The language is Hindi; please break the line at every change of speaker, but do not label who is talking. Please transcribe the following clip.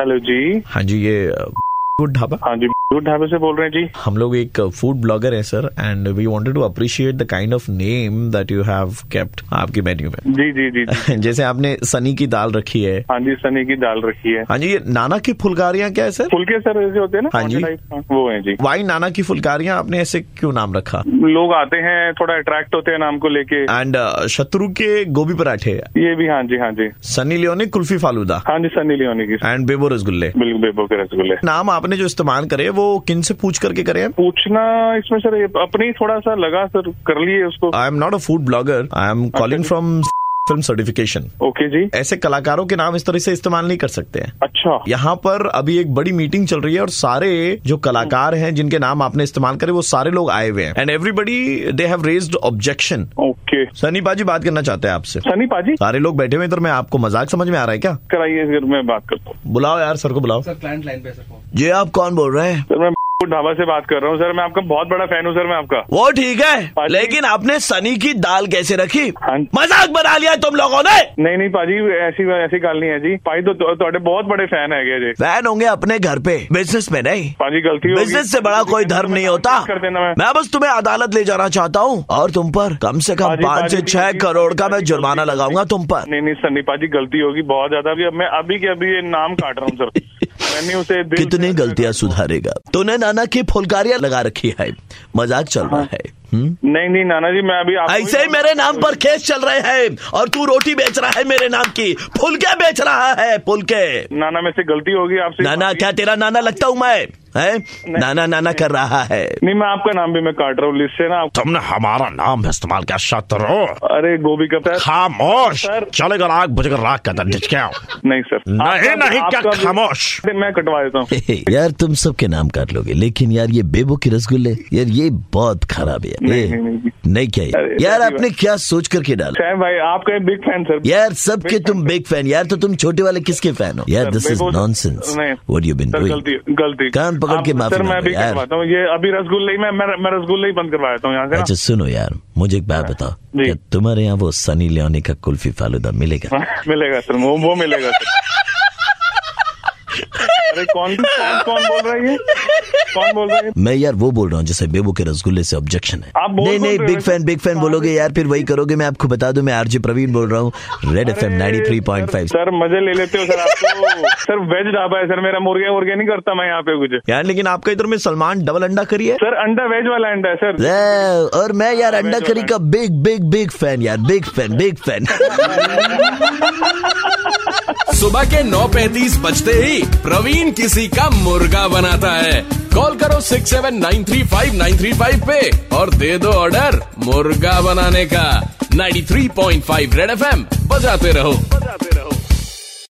हेलो जी
हाँ जी ये गुड ढाबा
हाँ जी दूध ढाबे से बोल रहे हैं जी
हम लोग एक फूड ब्लॉगर हैं sir and we wanted to appreciate the kind of name that you have kept आपके मेन्यू में
जी जी जी जी।
जैसे आपने सनी की दाल रखी है
हाँ जी सनी की दाल रखी है
हाँ जी ये नाना की फुलकारियाँ क्या है सर
फुलके सर ऐसे होते हैं ना
हाँ जी।
type, हाँ, वो है जी
वाई नाना की फुलकारियाँ आपने ऐसे क्यों नाम रखा
लोग आते हैं थोड़ा अट्रैक्ट होते हैं नाम को लेके
एंड शत्रु के गोभी पराठे
ये भी हाँ जी हाँ जी
सनी लियोनी कुल्फी फालूदा
हाँ जी सनी लियोनी की
एंड बेबो रसगुल्ले
बिल्कुल बेबो के रसगुल्ले
नाम आपने जो इस्तेमाल करे वो किन से पूछ करके करे हैं
पूछना इसमें सर ये अपने ही थोड़ा सा लगा सर कर लिए उसको
I am not a food blogger I am calling from film certification
okay जी
ऐसे कलाकारों के नाम इस तरह से इस्तेमाल नहीं कर सकते हैं
अच्छा
यहाँ पर अभी एक बड़ी मीटिंग चल रही है और सारे जो कलाकार हैं जिनके नाम आपने इस्तेमाल करे वो सारे लोग आए हुए हैं and everybody they have raised objection
okay
Sunny पाजी बात करना चाहते हैं आपसे
सनी पाजी
सारे लोग बैठे हुए हैं इधर में आपको मजाक समझ में आ रहा है क्या
कराइए फिर मैं बात करता हूँ
बुलाओ यार सर को बुलाओ
सर क्लाइंट लाइन पे है सर फोन
जी आप कौन बोल रहे हैं
सर मैं दूध ढाबा से बात कर रहा हूँ सर मैं आपका बहुत बड़ा फैन हूँ सर मैं आपका
वो ठीक है
पाजी।
लेकिन आपने सनी की दाल कैसे रखी
हाँ।
मजाक बना लिया तुम लोगों ने
नहीं नहीं पाजी ऐसी ऐसी गल नहीं है जी पाजी तो तो- ਤੁਹਾਡੇ ਬਹੁਤ ਬੜੇ ਫੈਨ ਹੈਗੇ ਜੀ
फैन होंगे अपने घर पे बिजनेस में नहीं
पाजी गलती होगी।
बिजनेस से बड़ा कोई धर्म नहीं होता
कर देना मैं
मैं बस तुम्हें अदालत ले जाना चाहता हूँ और तुम पर कम से कम
पाजी,
पाँच
पाजी,
से छह
पाजी,
करोड़ का मैं
पाजी,
जुर्माना
पाजी,
लगाऊंगा तुम पर
नहीं नहीं सन्नी पाजी गलती होगी बहुत ज्यादा अभी अब मैं अभी के अभी ये नाम काट रहा हूँ सर मैंने उसे दिल
कितनी
से-
गलतियाँ सुधारेगा तूने नाना की फुलकारियाँ लगा रखी है मजाक चल
हाँ।
रहा है हम्म?
नहीं नहीं नाना जी मैं अभी आपको
ऐसे ही मेरे नाम पर केस चल रहे हैं और तू रोटी बेच रहा है मेरे नाम की फुलके बेच रहा है फुलके
नाना मेरे से गलती होगी आपसे
नाना क्या तेरा नाना लगता हूँ मैं है नाना नाना कर रहा है
नहीं मैं आपका नाम भी मैं काट रहा हूँ लिस्ट से ना आप-
तुमने हमारा नाम इस्तेमाल किया शत्रु
अरे गोभी का पैर
खामोश
सर।
चलेगा राग बुझेगा राग का दंड क्या
नहीं सर
नहीं
आपका-
नहीं क्या
आपका भी-
खामोश
मैं कटवा देता हूँ
यार तुम सबके नाम काट लोगे लेकिन यार ये बेबो के रसगुल्ले यार ये बहुत खराब है यार।
नहीं,
ए,
नहीं, नहीं।
नहीं क्या
अरे,
ये? यार
ऐसी
आपने क्या सोच करके डाला
सैम भाई आपका बिग फैन सर
यार सबके तुम बिग फैन यार तो तुम छोटे वाले किसके फैन हो यार दिस
मेरे
इज
को-
नॉनसेंस
नहीं।
What you been
sir
doing
गलती गलती
कान पकड़
आप-
के माफी
सर मैं
मांगो
अभी
यार।
करवाता हूँ ये अभी रसगुल्ले ही मैं मैं मैं रसगुल्ले ही बंद करवा देता हूँ यहाँ से ना। हाँ,
अच्छा सुनो यार मुझे एक बात बताओ
जी। हाँ।
क्या तुम्हारे यहाँ वो सनी लियोनी का कुल्फी फालूदा मिलेगा
मिलेगा सर वो वो मिलेगा सर अरे कौन कौन कौन बोल रहा है ये कौन बोल रहा है ये?
मैं यार वो बोल रहा हूँ जैसे बेबू के रसगुल्ले से ऑब्जेक्शन है
आप बोल
नहीं
कौन
नहीं
रहे हो हाँ,
बिग
वैसे?
फैन बिग फैन बोलोगे यार फिर वही करोगे मैं आपको बता दूं मैं आरजे प्रवीण बोल रहा हूँ red F M ninety three point five
sir मजे ले लेते हो सर आपको सर वेज ढाबा है सर मेरा मुर्गे मुर्गे नहीं करता मैं यहाँ पे कुछ
यार लेकिन आपका इधर में सलमान डबल अंडा करी है
सर अंडा वेज वाला अंडा है सर
और हाँ, मैं यार अंडा
जो
करी का बिग बिग बिग फैन यार बिग फैन बिग फैन
सुबह के 9:35 बजते ही प्रवीण किसी का मुर्गा बनाता है कॉल करो 6793593 पे और दे दो ऑर्डर मुर्गा बनाने का 93.5 रेड एफएम बजाते रहो बजाते रहो